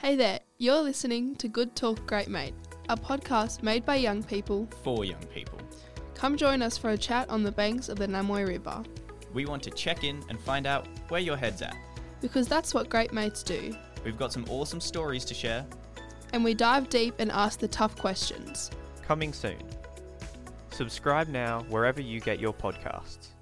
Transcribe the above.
Hey there, you're listening to Good Talk Great Mate, a podcast made by young people. for young people. Come join us for a chat on the banks of the Namoi River, We want to check in and find out where your head's at. because that's what great mates do. We've got some awesome stories to share. And we dive deep and ask the tough questions. coming soon. Subscribe now wherever you get your podcasts.